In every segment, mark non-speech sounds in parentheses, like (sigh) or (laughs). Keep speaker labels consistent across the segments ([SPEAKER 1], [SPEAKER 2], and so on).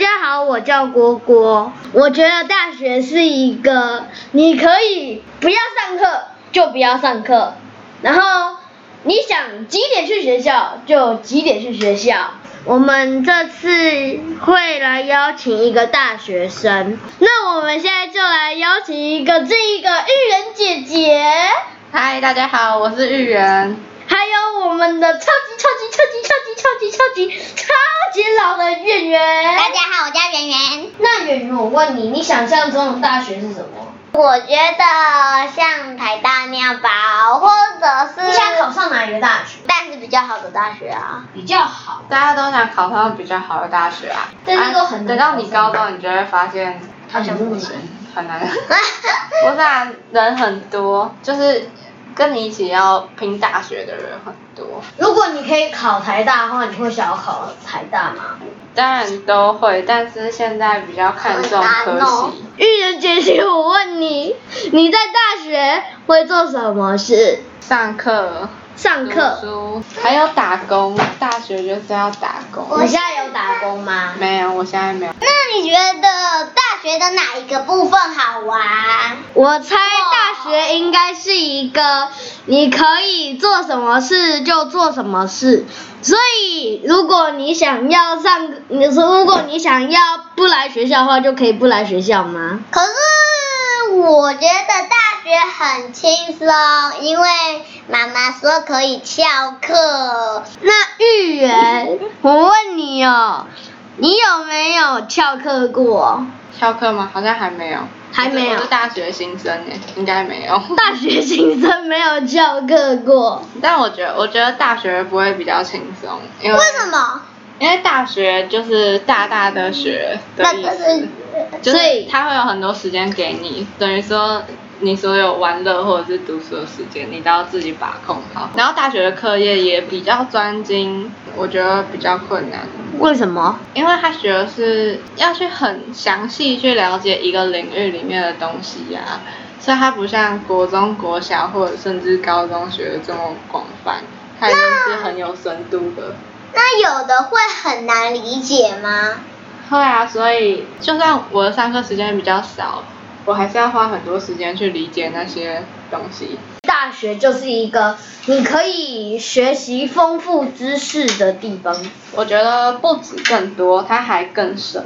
[SPEAKER 1] 家好，我叫郭郭。我觉得大学是一个你可以不要上课就不要上课，然后你想几点去学校就几点去学校。我们这次会来邀请一个大学生，那我们现在就来邀请一个这一个玉人姐姐，
[SPEAKER 2] 嗨，大家好，我是玉人。
[SPEAKER 1] 还有我们的超级超级超级超级超级超级超级老的圆圆。
[SPEAKER 3] 大家好，我叫圆圆。
[SPEAKER 1] 那圆圆，我问你，你想象中的大学是什么？
[SPEAKER 3] 我觉得像台大那样吧，或者是
[SPEAKER 1] 你想考上哪一个大学？
[SPEAKER 3] 但是比较好的大学啊。
[SPEAKER 1] 比较好。
[SPEAKER 2] 大家都想考上比较好的大学啊，
[SPEAKER 1] 但是
[SPEAKER 2] 啊
[SPEAKER 1] 都很难
[SPEAKER 2] 等到你高中，你就会发现
[SPEAKER 1] 好想啊不行
[SPEAKER 2] 行，很难。不是啊，人很多，就是跟你一起要拼大学的人很多，
[SPEAKER 1] 如果你可以考台大的话，你会想要考台大吗？
[SPEAKER 2] 当然都会，但是现在比较看重科
[SPEAKER 3] 很难哦
[SPEAKER 2] 系。
[SPEAKER 1] 玉人姐姐，我问你，你在大学会做什么事？
[SPEAKER 2] 上课、
[SPEAKER 1] 上
[SPEAKER 2] 读
[SPEAKER 1] 课。
[SPEAKER 2] 书，还有打工。大学就是要打工。
[SPEAKER 1] 你现在有打工吗？
[SPEAKER 2] 没有，我现在没有。
[SPEAKER 3] 那你觉得大学的哪一个部分好玩？
[SPEAKER 1] 我猜大学应该是一个你可以做什么事就做什么事，所以如果你想要上，你说如果你想要不来学校的话，就可以不来学校吗？
[SPEAKER 3] 可是我觉得大学很轻松，因为妈妈说可以翘课。
[SPEAKER 1] 那玉圆，我问你哦，你有没有翘课过？
[SPEAKER 2] 翘课吗？好像还没有。
[SPEAKER 1] 还没有
[SPEAKER 2] 我是大学新生诶，应该没有。 (laughs)
[SPEAKER 1] 大学新生没有翘课过，
[SPEAKER 2] 但我觉得，我觉得大学不会比较轻松，因为
[SPEAKER 3] 为什么？
[SPEAKER 2] 因为大学就是大大的学的
[SPEAKER 3] 那
[SPEAKER 2] 意
[SPEAKER 3] 个
[SPEAKER 2] 思
[SPEAKER 3] 是，
[SPEAKER 2] 就
[SPEAKER 1] 所以
[SPEAKER 2] 是他会有很多时间给你，等于说你所有玩乐或者是读书的时间，你都要自己把控好。然后大学的课业也比较专精，我觉得比较困难。
[SPEAKER 1] 为什么？
[SPEAKER 2] 因为他学的是要去很详细去了解一个领域里面的东西呀、啊所以它不像国中、国小或者甚至高中学的这么广泛，它已经是很有深度的。
[SPEAKER 3] 那有的会很难理解吗？
[SPEAKER 2] 会啊，所以就算我的上课时间比较少，我还是要花很多时间去理解那些东西。
[SPEAKER 1] 大学就是一个你可以学习丰富知识的地方。
[SPEAKER 2] 我觉得不止更多，它还更深。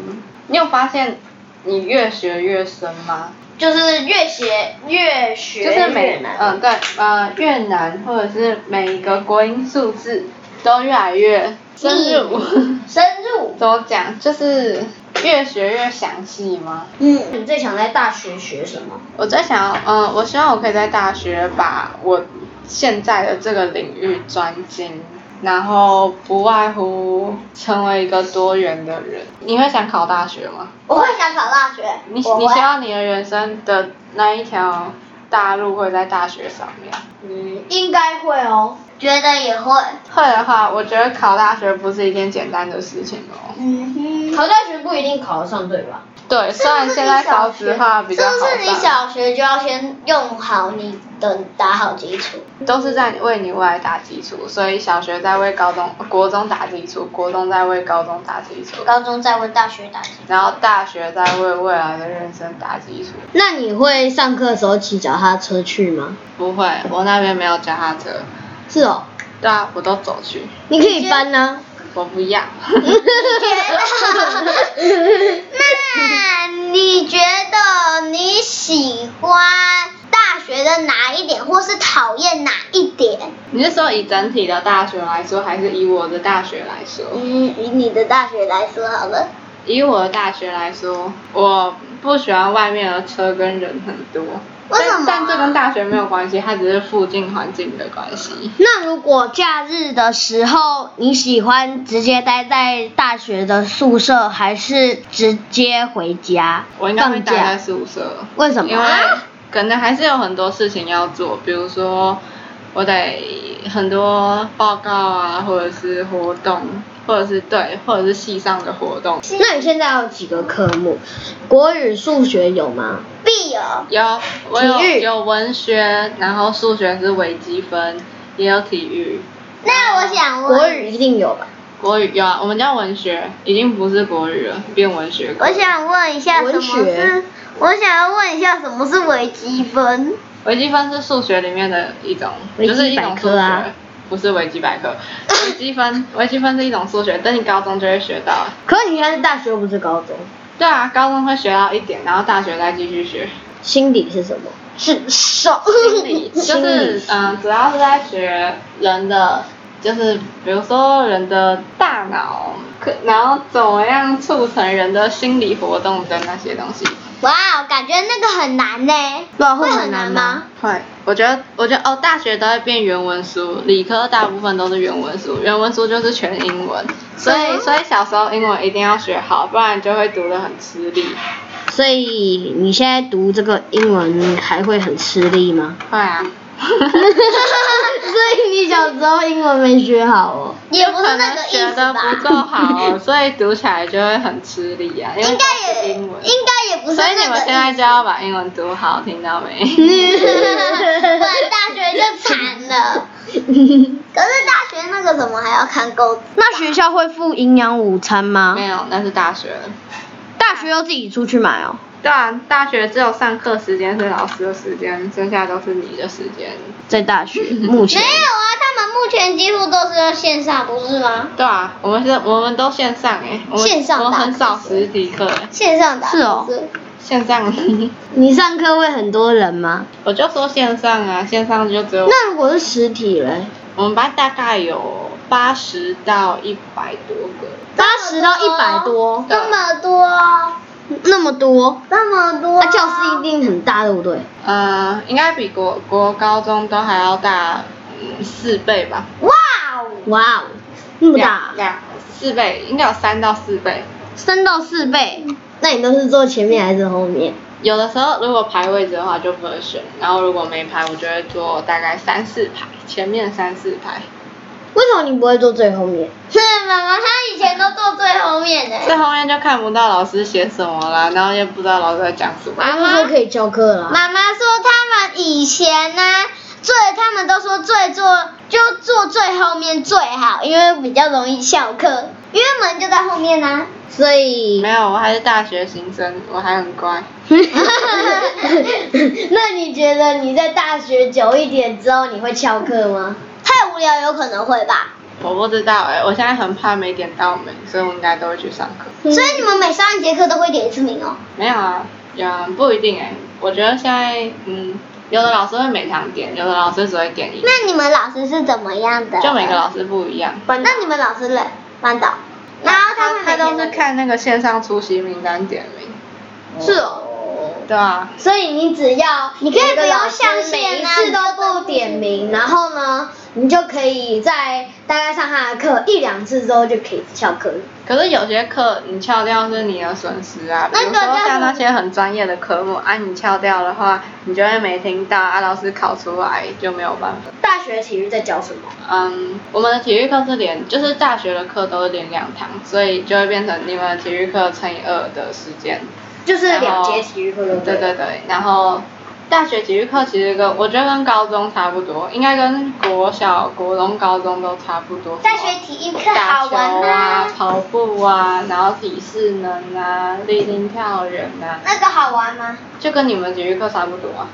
[SPEAKER 2] 你有发现你越学越深吗？
[SPEAKER 1] 就是越学越学
[SPEAKER 2] 就是
[SPEAKER 1] 越
[SPEAKER 2] 每
[SPEAKER 1] 难。
[SPEAKER 2] 嗯对呃越南或者是每一个国音数字都越来越深入，
[SPEAKER 1] 深入。
[SPEAKER 2] (laughs) 怎么讲就是越学越详细吗？
[SPEAKER 3] 嗯，
[SPEAKER 1] 你最想在大学学什么？
[SPEAKER 2] 我在想，嗯、我希望我可以在大学把我现在的这个领域专精，然后不外乎成为一个多元的人。你会想考大学吗？
[SPEAKER 3] 我会想考大学。
[SPEAKER 2] 你
[SPEAKER 3] 我
[SPEAKER 2] 你
[SPEAKER 3] 会
[SPEAKER 2] 希望你的人生的那一条大路会在大学上面？
[SPEAKER 1] 嗯，应该会哦。
[SPEAKER 3] 觉得也会。
[SPEAKER 2] 会的话，我觉得考大学不是一件简单的事情哦。
[SPEAKER 3] 嗯哼。
[SPEAKER 1] 考大学不一定考得上，对吧？
[SPEAKER 2] 对，虽然现在少子化比较好
[SPEAKER 3] 是不
[SPEAKER 2] 上，
[SPEAKER 3] 是你小学就要先用好你的打好基础？
[SPEAKER 2] 都是在为你未来打基础，所以小学在为高中、国中打基础，国中在为高中打基础，
[SPEAKER 3] 高中再为大学打基础。
[SPEAKER 2] 然后大学在为未来的人生打基础。
[SPEAKER 1] 那你会上课的时候骑脚踏车去吗？
[SPEAKER 2] 不会，我那边没有脚踏车。
[SPEAKER 1] 是哦，
[SPEAKER 2] 对啊，我都走去，
[SPEAKER 1] 你可以搬啊呢、
[SPEAKER 2] 我不要。 (laughs)
[SPEAKER 3] 那你觉得你喜欢大学的哪一点，或是讨厌哪一点？
[SPEAKER 2] 你是说以整体的大学来说，还是以我的大学来说？
[SPEAKER 3] 嗯，以你的大学来说好了。
[SPEAKER 2] 以我的大学来说，我不喜欢外面的车跟人很多。
[SPEAKER 3] 为什么啊
[SPEAKER 2] 但但这跟大学没有关系，它只是附近环境的关系。
[SPEAKER 1] 那如果假日的时候，你喜欢直接待在大学的宿舍，还是直接回家？
[SPEAKER 2] 我应该会
[SPEAKER 1] 放
[SPEAKER 2] 待在
[SPEAKER 1] 假？
[SPEAKER 2] 宿舍，
[SPEAKER 1] 为什么？啊
[SPEAKER 2] 因为可能还是有很多事情要做，比如说我得很多报告啊，或者是活动，或者是对，或者是系上的活动。
[SPEAKER 1] 那你现在有几个科目？国语、数学有吗？
[SPEAKER 3] 必有。
[SPEAKER 2] 有，我有
[SPEAKER 1] 体育
[SPEAKER 2] 有文学，然后数学是微积分，也有体育。
[SPEAKER 3] 那我想问，
[SPEAKER 1] 国语一定有吧？
[SPEAKER 2] 国语有啊，我们叫文学，已经不是国语了，变文学课。
[SPEAKER 3] 我想问一下，什
[SPEAKER 1] 文
[SPEAKER 3] 么是
[SPEAKER 1] 学？
[SPEAKER 3] 我想要问一下，什么是微积分？
[SPEAKER 2] 微积分是数学里面的一种，
[SPEAKER 1] 维基
[SPEAKER 2] 就是一种
[SPEAKER 1] 百
[SPEAKER 2] 数
[SPEAKER 1] 科
[SPEAKER 2] 学，
[SPEAKER 1] 啊
[SPEAKER 2] 不是维基百科。微积分， (laughs) 微积分是一种数学，等你高中就会学到。
[SPEAKER 1] 可是你现在是大学又不是高中，
[SPEAKER 2] 对啊，高中会学到一点，然后大学再继续学。
[SPEAKER 1] 心理是什么？是手。
[SPEAKER 2] 心
[SPEAKER 1] (laughs)
[SPEAKER 2] 理就是嗯，主要是在学人的，就是比如说人的大脑，可然后怎么样促成人的心理活动的那些东西。
[SPEAKER 3] 哇，感觉那个很难呢，
[SPEAKER 1] 对啊
[SPEAKER 3] 会
[SPEAKER 1] 会
[SPEAKER 3] 很
[SPEAKER 1] 很难
[SPEAKER 3] 吗
[SPEAKER 1] 吗？
[SPEAKER 2] 会，我觉得，我觉得哦，大学都会变原文书，理科大部分都是原文书，原文书就是全英文，所以所以小时候英文一定要学好，不然就会读得很吃力。
[SPEAKER 1] 所以你现在读这个英文还会很吃力 (laughs) 吗？
[SPEAKER 2] 会 (laughs) 啊，
[SPEAKER 1] 所以你小时候英文没学好哦。
[SPEAKER 3] 也不是
[SPEAKER 2] 可
[SPEAKER 3] 那
[SPEAKER 2] 能
[SPEAKER 3] 个
[SPEAKER 2] 学
[SPEAKER 3] 意
[SPEAKER 2] 的
[SPEAKER 3] 思吧？
[SPEAKER 2] 不够好，所以读起来就会很吃力啊，因为
[SPEAKER 3] 应该
[SPEAKER 2] 都是
[SPEAKER 3] 也
[SPEAKER 2] 英文。
[SPEAKER 3] 应该也不是
[SPEAKER 2] 所以
[SPEAKER 3] 那
[SPEAKER 2] 你们现
[SPEAKER 3] 个嗯
[SPEAKER 2] 在
[SPEAKER 3] 意
[SPEAKER 2] 就要把英文读好，听到没？
[SPEAKER 3] 思，
[SPEAKER 2] (laughs)
[SPEAKER 3] 不然大学就惨了。可是大学那个什么还要看钩子，
[SPEAKER 1] 那学校会付营养午餐吗
[SPEAKER 2] 没有，那是大学了。
[SPEAKER 1] 大学要自己出去买哦，
[SPEAKER 2] 对啊，大学只有上课时间是老师的时间，剩下都是你的时间。
[SPEAKER 1] 在大学 (laughs) 目前
[SPEAKER 3] 没有啊，他们目前几乎都是线上，不是吗？
[SPEAKER 2] 对啊，我们是，我们都线上哎、我们
[SPEAKER 3] 线上
[SPEAKER 2] 我
[SPEAKER 3] 吧
[SPEAKER 2] 很少实体课、欸，
[SPEAKER 3] 线上打
[SPEAKER 1] 是哦
[SPEAKER 3] 字
[SPEAKER 2] 线上， (laughs)
[SPEAKER 1] 你上课会很多人吗？
[SPEAKER 2] 我就说线上啊，线上就只有
[SPEAKER 1] 那如果是实体嘞，
[SPEAKER 2] 我们班大概有八十到一百多个，
[SPEAKER 1] 八十到一百多，
[SPEAKER 3] 那么多，
[SPEAKER 1] 那么多，
[SPEAKER 3] 那么多，
[SPEAKER 2] 啊
[SPEAKER 1] 那教室一定很大，对不对？
[SPEAKER 2] 呃，应该比国国高中都还要大嗯四倍吧，
[SPEAKER 3] 哇哦，
[SPEAKER 1] 哇哦，那么
[SPEAKER 2] 两
[SPEAKER 1] 大，
[SPEAKER 2] 两四倍，应该有三到四倍。
[SPEAKER 1] 三到四倍，那你都是坐前面还是后面？
[SPEAKER 2] 有的时候如果排位置的话就不会选，然后如果没排，我就会坐大概三四排，前面三四排。
[SPEAKER 1] 为什么你不会坐最后面？
[SPEAKER 3] 是妈妈，她以前都坐最后面的。
[SPEAKER 2] 在后面就看不到老师写什么啦，然后也不知道老师在讲什么。
[SPEAKER 3] 啊
[SPEAKER 1] 那时候可以教课啦。
[SPEAKER 3] 妈妈说他们以前呢、最他们都说最坐就坐最后面最好，因为比较容易翘课，因为门就在后面呢、啊。
[SPEAKER 1] 所 (laughs) 以
[SPEAKER 2] 没有，我还是大学新生，我还很乖。
[SPEAKER 1] 那你觉得你在大学久一点之后，你会翘课吗？
[SPEAKER 3] 太无聊有可能会吧，
[SPEAKER 2] 我不知道哎、我现在很怕没点到名，所以我应该都会去上课。
[SPEAKER 3] 所以你们每上一节课都会点一次名哦。
[SPEAKER 2] 没有啊，嗯，不一定哎、我觉得现在嗯，有的老师会每堂点，有的老师只会点一次，
[SPEAKER 3] 那你们老师是怎么样的？
[SPEAKER 2] 就每个老师不一样。
[SPEAKER 3] 那你们老师嘞？班导。然后他们
[SPEAKER 2] 他
[SPEAKER 3] 每
[SPEAKER 2] 都
[SPEAKER 3] 天
[SPEAKER 2] 是看那个线上出席名单点名。
[SPEAKER 1] 是哦，
[SPEAKER 2] 对啊，
[SPEAKER 1] 所以你只要
[SPEAKER 3] 你可以不用
[SPEAKER 1] 像
[SPEAKER 3] 上
[SPEAKER 1] 每
[SPEAKER 3] 线
[SPEAKER 1] 一
[SPEAKER 3] 啊
[SPEAKER 1] 次都不点名，然后呢，你就可以在大概上他的课一两次之后就可以翘课。
[SPEAKER 2] 可是有些课你翘掉是你的损失啊，比
[SPEAKER 3] 那
[SPEAKER 2] 如
[SPEAKER 3] 个
[SPEAKER 2] 说
[SPEAKER 3] 叫
[SPEAKER 2] 像那些很专业的科目啊，你翘掉的话，你就会没听到啊，老师考出来就没有办法。
[SPEAKER 1] 大学体育在教什么？
[SPEAKER 2] 嗯，我们的体育课是连，就是大学的课都是连两堂，所以就会变成你们的体育课乘以二的时间。
[SPEAKER 1] 就是
[SPEAKER 2] 然
[SPEAKER 1] 两
[SPEAKER 2] 后
[SPEAKER 1] 节体育课，对不
[SPEAKER 2] 对对对，然后大学体育课其实跟我觉得跟高中差不多，应该跟国小、国中、高中都差不多。
[SPEAKER 3] 大学体育课
[SPEAKER 2] 打
[SPEAKER 3] 好
[SPEAKER 2] 球
[SPEAKER 3] 玩
[SPEAKER 2] 啊
[SPEAKER 3] 吗？、
[SPEAKER 2] 跑步啊，然后体适能啊、立定跳远啊，
[SPEAKER 3] 那个好玩吗？
[SPEAKER 2] 就跟你们体育课差不多啊。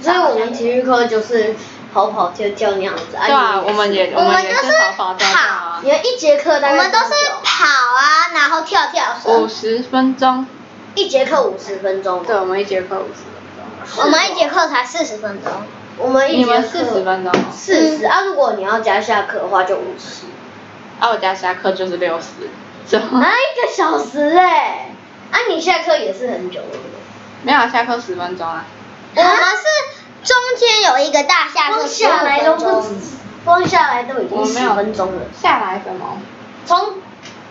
[SPEAKER 1] 所以我们体育课就是跑跑跳跳那样子。
[SPEAKER 2] 对啊，我们也我们也
[SPEAKER 3] 我们就是是
[SPEAKER 2] 跑跑跳跳啊
[SPEAKER 1] 你，们一节课大概
[SPEAKER 3] 我们都是
[SPEAKER 1] 多久
[SPEAKER 3] 跑啊，然后跳跳绳。
[SPEAKER 2] 五十分钟，
[SPEAKER 1] 一节课五十分钟。
[SPEAKER 2] 对，我们一节课五十分
[SPEAKER 3] 我们一节课才四十分钟，
[SPEAKER 1] 我们
[SPEAKER 2] 钟。
[SPEAKER 1] 一
[SPEAKER 2] 你
[SPEAKER 1] 节课
[SPEAKER 2] 们四十分钟哦，
[SPEAKER 1] 四十啊，如果你要加下课的话就五十，
[SPEAKER 2] 啊，我加下课就是六十，怎么？
[SPEAKER 1] 啊一个小时哎、啊你下课也是很久了。
[SPEAKER 2] 没有啊下课十分钟啊。
[SPEAKER 3] 我们是中间有一个大下课
[SPEAKER 1] 光
[SPEAKER 3] 十五
[SPEAKER 1] 下来都
[SPEAKER 3] 分
[SPEAKER 1] 不
[SPEAKER 3] 钟
[SPEAKER 1] 止，，光下来都已经
[SPEAKER 2] 我没
[SPEAKER 1] 十
[SPEAKER 2] 有
[SPEAKER 1] 分钟了。
[SPEAKER 2] 下来什么？
[SPEAKER 1] 从，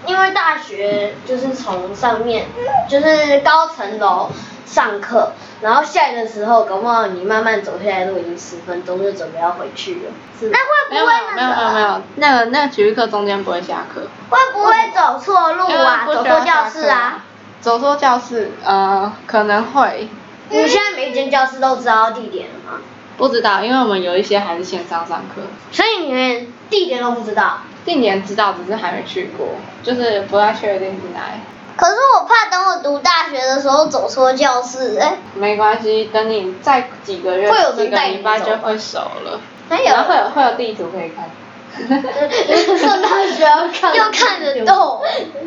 [SPEAKER 1] 因为大学就是从上面就是高层楼上课，然后下来的时候，搞不好你慢慢走下来都已经十分钟，就准备要回去了。是吗
[SPEAKER 3] 那会不
[SPEAKER 2] 没有
[SPEAKER 3] 会
[SPEAKER 2] 没有没有没有没
[SPEAKER 3] 那个？
[SPEAKER 2] 有，那个那个体育课中间不会下课。
[SPEAKER 3] 会不会走错路
[SPEAKER 2] 因为
[SPEAKER 3] 啊？
[SPEAKER 2] 嗯不
[SPEAKER 3] 走
[SPEAKER 2] 需要
[SPEAKER 3] 错教室啊？
[SPEAKER 2] 走错教室，呃，可能会，
[SPEAKER 1] 你现在每一间教室都知道地点了吗？
[SPEAKER 2] 不知道，因为我们有一些还是线上上课，
[SPEAKER 1] 所以你们地点都不知道。
[SPEAKER 2] 定年知道，只是还没去过，就是不太确定是哪里。
[SPEAKER 3] 可是我怕等我读大学的时候走错教室、哎，
[SPEAKER 2] 没关系，等你再几个月、
[SPEAKER 1] 会有人
[SPEAKER 2] 几个
[SPEAKER 1] 带你
[SPEAKER 2] 礼拜
[SPEAKER 1] 走
[SPEAKER 2] 就会熟了，
[SPEAKER 3] 还
[SPEAKER 2] 然后会
[SPEAKER 3] 有
[SPEAKER 2] 有会有地图可以看。
[SPEAKER 1] 上大学 (laughs) 要
[SPEAKER 2] (laughs)
[SPEAKER 1] 看，
[SPEAKER 3] 要看得懂，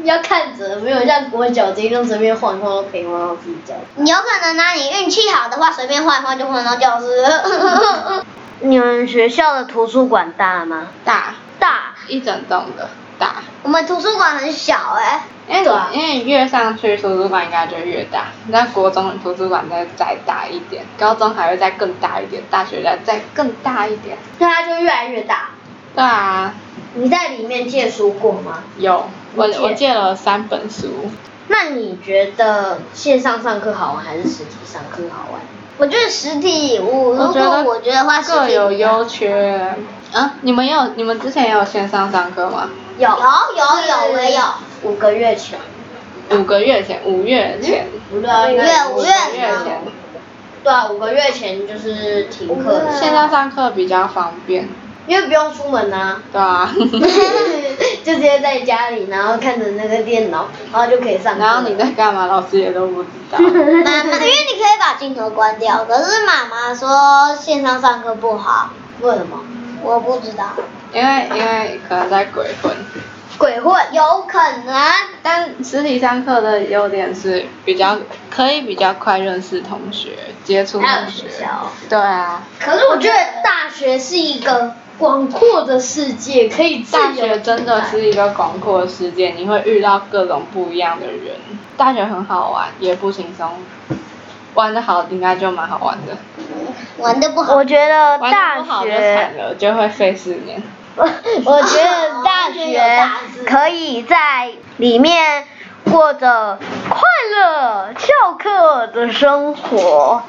[SPEAKER 1] 要看着，没有像国小直接就随便晃一晃都可以晃到自己脚。
[SPEAKER 3] 有可能呢、啊你运气好的话，随便换一换就换到教 (laughs) 室了。
[SPEAKER 1] 你们学校的图书馆大吗？
[SPEAKER 2] 大，
[SPEAKER 3] 大，
[SPEAKER 2] 一整栋的大。
[SPEAKER 3] 我们图书馆很小哎、
[SPEAKER 2] 因为你、
[SPEAKER 1] 对啊
[SPEAKER 2] 因为你越上去图书馆应该就越大，那国中的图书馆再再大一点，高中还会再更大一点，大学再再更大一点。
[SPEAKER 1] 那
[SPEAKER 3] 啊
[SPEAKER 1] 它就越来越大。
[SPEAKER 2] 对啊，
[SPEAKER 1] 你在里面借书过吗？
[SPEAKER 2] 有我
[SPEAKER 1] 你借
[SPEAKER 2] 我借了三本书，
[SPEAKER 1] 那你觉得线上上课好玩还是实体上课好玩？
[SPEAKER 3] 我觉得实体我如
[SPEAKER 2] 我觉
[SPEAKER 3] 果
[SPEAKER 2] 得
[SPEAKER 3] 哦我觉得话，实
[SPEAKER 2] 各
[SPEAKER 3] 体
[SPEAKER 2] 有
[SPEAKER 3] 比较
[SPEAKER 2] 优缺。啊，你们也有你们之前也有线上上课吗？
[SPEAKER 1] 有
[SPEAKER 3] 有有我有。
[SPEAKER 1] 五个月前，
[SPEAKER 2] 五个月前，五月前，
[SPEAKER 1] 五个
[SPEAKER 3] 五月五
[SPEAKER 2] 五
[SPEAKER 3] 月
[SPEAKER 2] 个月
[SPEAKER 3] 呢
[SPEAKER 2] 前，
[SPEAKER 1] 对啊，五个月前就是停课
[SPEAKER 3] 五个
[SPEAKER 1] 的
[SPEAKER 3] 月
[SPEAKER 1] 时
[SPEAKER 2] 线
[SPEAKER 1] 候，
[SPEAKER 2] 上上课比较方便，
[SPEAKER 1] 因为不用出门 (laughs) 啊，
[SPEAKER 2] 对啊。
[SPEAKER 1] 就直接在家里，然后看着那个电脑，然后就可以上课。
[SPEAKER 2] 然后你在干嘛，老师也都不知道。
[SPEAKER 3] 妈妈，因为你可以把镜头关掉，可是妈妈说线上上课不好，
[SPEAKER 1] 为什么？
[SPEAKER 3] 我不知道，
[SPEAKER 2] 因为因为可能在鬼混，
[SPEAKER 1] 鬼混
[SPEAKER 3] 有可能。
[SPEAKER 2] 但实体上课的优点是比较可以比较快认识同学，接触
[SPEAKER 1] 还有
[SPEAKER 2] 同
[SPEAKER 1] 学
[SPEAKER 2] 学。
[SPEAKER 1] 校。
[SPEAKER 2] 对啊，
[SPEAKER 1] 可是我觉得大学是一个广阔的世界，可以自
[SPEAKER 2] 大
[SPEAKER 1] 由
[SPEAKER 2] 学真的是一个广阔的世界，你会遇到各种不一样的人。大学很好玩，也不轻松，玩的好应该就蛮好玩的，
[SPEAKER 3] 玩的不好，
[SPEAKER 1] 我觉得
[SPEAKER 2] 玩
[SPEAKER 1] 大
[SPEAKER 2] 的不好就惨
[SPEAKER 1] 学，
[SPEAKER 2] 了，就会废四年。
[SPEAKER 1] 我
[SPEAKER 2] (laughs)
[SPEAKER 1] 我觉得大学可以在里面过着快乐翘课的生活。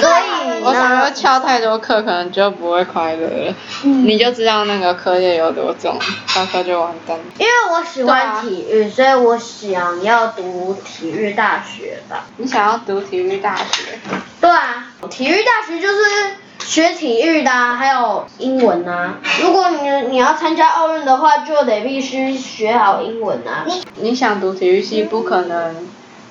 [SPEAKER 1] 所
[SPEAKER 2] 想
[SPEAKER 1] 以
[SPEAKER 2] 我想
[SPEAKER 1] 呢
[SPEAKER 2] 说，翘太多课，可能就不会快乐了。你就知道那个课业有多重，到时候就完蛋。
[SPEAKER 1] 因为我喜欢体育，所以我想要读体育大学吧。
[SPEAKER 2] 你想要读体育大学，
[SPEAKER 1] 对啊，体育大学就是学体育的、啊，还有英文啊。如果你你要参加奥运的话，就得必须学好英文啊。
[SPEAKER 2] 你想读体育系，不可能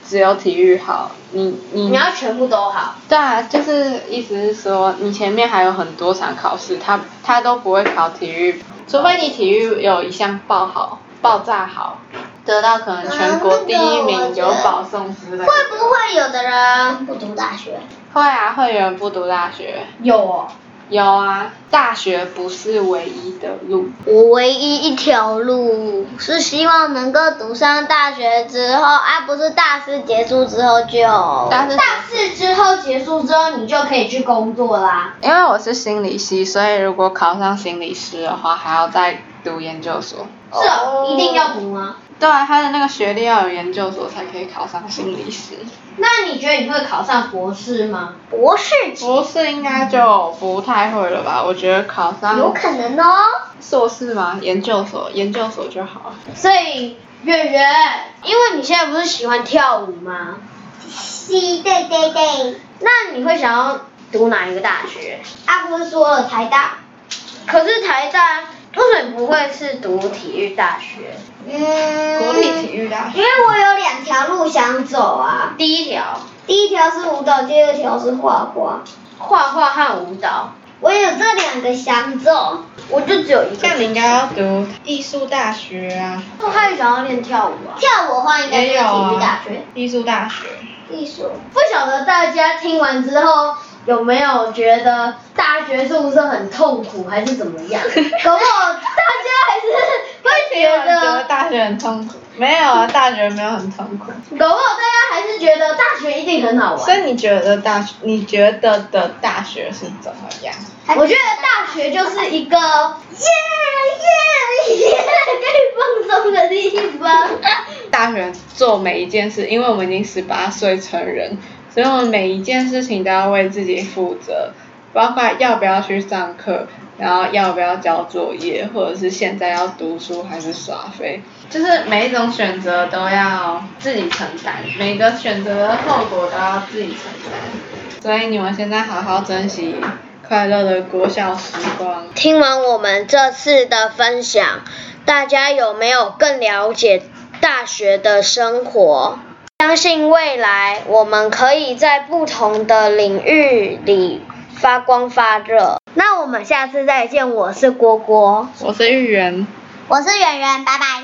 [SPEAKER 2] 只有体育好，你你
[SPEAKER 1] 你要全部都好。
[SPEAKER 2] 对啊，就是意思是说，你前面还有很多场考试，他他都不会考体育，除非你体育有一项爆好、爆炸好，得到可能全国第一
[SPEAKER 3] 啊那个我
[SPEAKER 2] 名、
[SPEAKER 3] 觉得
[SPEAKER 2] 有保送之类的。
[SPEAKER 3] 会不会有的人不读大学？
[SPEAKER 2] 会啊，会有人不读大学。
[SPEAKER 1] 有哦。
[SPEAKER 2] 有啊，大学不是唯一的路。
[SPEAKER 3] 我唯一一条路是希望能够读上大学之后，啊，不是大四结束之后就
[SPEAKER 2] 大四
[SPEAKER 1] 大四之后结束之后，你就可以去工作啦。
[SPEAKER 2] 因为我是心理系，所以如果考上心理师的话，还要再读研究所。
[SPEAKER 1] 是哦，一定要读吗？
[SPEAKER 2] 对啊，他的那个学历要有研究所才可以考上心理师。
[SPEAKER 1] 那你觉得你会考上博士吗？
[SPEAKER 3] 博士级，
[SPEAKER 2] 博士应该就不太会了吧？我觉得考
[SPEAKER 3] 有
[SPEAKER 2] 上
[SPEAKER 3] 可能哦。
[SPEAKER 2] 硕士吗？研究所，研究所就好了。
[SPEAKER 1] 所以圆圆，因为你现在不是喜欢跳舞吗？
[SPEAKER 3] 是，对对对。
[SPEAKER 1] 那你会想要读哪一个大学？
[SPEAKER 3] 啊，不是说了台大。
[SPEAKER 1] 可是台大为什么不会是读体育大学？
[SPEAKER 3] 嗯，
[SPEAKER 2] 国立体育大学
[SPEAKER 3] 因为我有两条路想走啊，
[SPEAKER 1] 第一条
[SPEAKER 3] 第一条是舞蹈，第二条是画画。
[SPEAKER 1] 画画和舞蹈，
[SPEAKER 3] 我有这两个想走，
[SPEAKER 1] 我就只有一个。
[SPEAKER 2] 像你应该要读艺术大学啊，
[SPEAKER 1] 我还想要练跳舞啊。
[SPEAKER 3] 跳舞的话应该就是体育大学，
[SPEAKER 2] 艺术大学。
[SPEAKER 3] 艺术。
[SPEAKER 1] 不晓得大家听完之后有没有觉得大学是不是很痛苦，还是怎么
[SPEAKER 2] (laughs)
[SPEAKER 1] 样？可我大家还是会
[SPEAKER 2] 没有
[SPEAKER 1] 觉
[SPEAKER 2] 人哎 (laughs) 觉得
[SPEAKER 1] 得，
[SPEAKER 2] 大学很痛苦？没有啊，大学没有很痛苦。
[SPEAKER 1] 可我大家还是觉得大学一定很好
[SPEAKER 2] 所
[SPEAKER 1] 玩。
[SPEAKER 2] 以你觉得大学，你觉得的大学是怎么样？
[SPEAKER 1] 我觉得大学就是一个耶耶耶可以放松的地方。
[SPEAKER 2] 大学做每一件事，因为我们已经十八岁成人，所以我们每一件事情都要为自己负责，包括要不要去上课，然后要不要交作业，或者是现在要读书还是耍废，就是每一种选择都要自己承担，每个选择的后果都要自己承担。所以你们现在好好珍惜快乐的国小时光。
[SPEAKER 1] 听完我们这次的分享，大家有没有更了解大学的生活？相信未来我们可以在不同的领域里发光发热。那我们下次再见，我是郭郭。
[SPEAKER 2] 我是芋圆。
[SPEAKER 3] 我是圆圆，拜拜。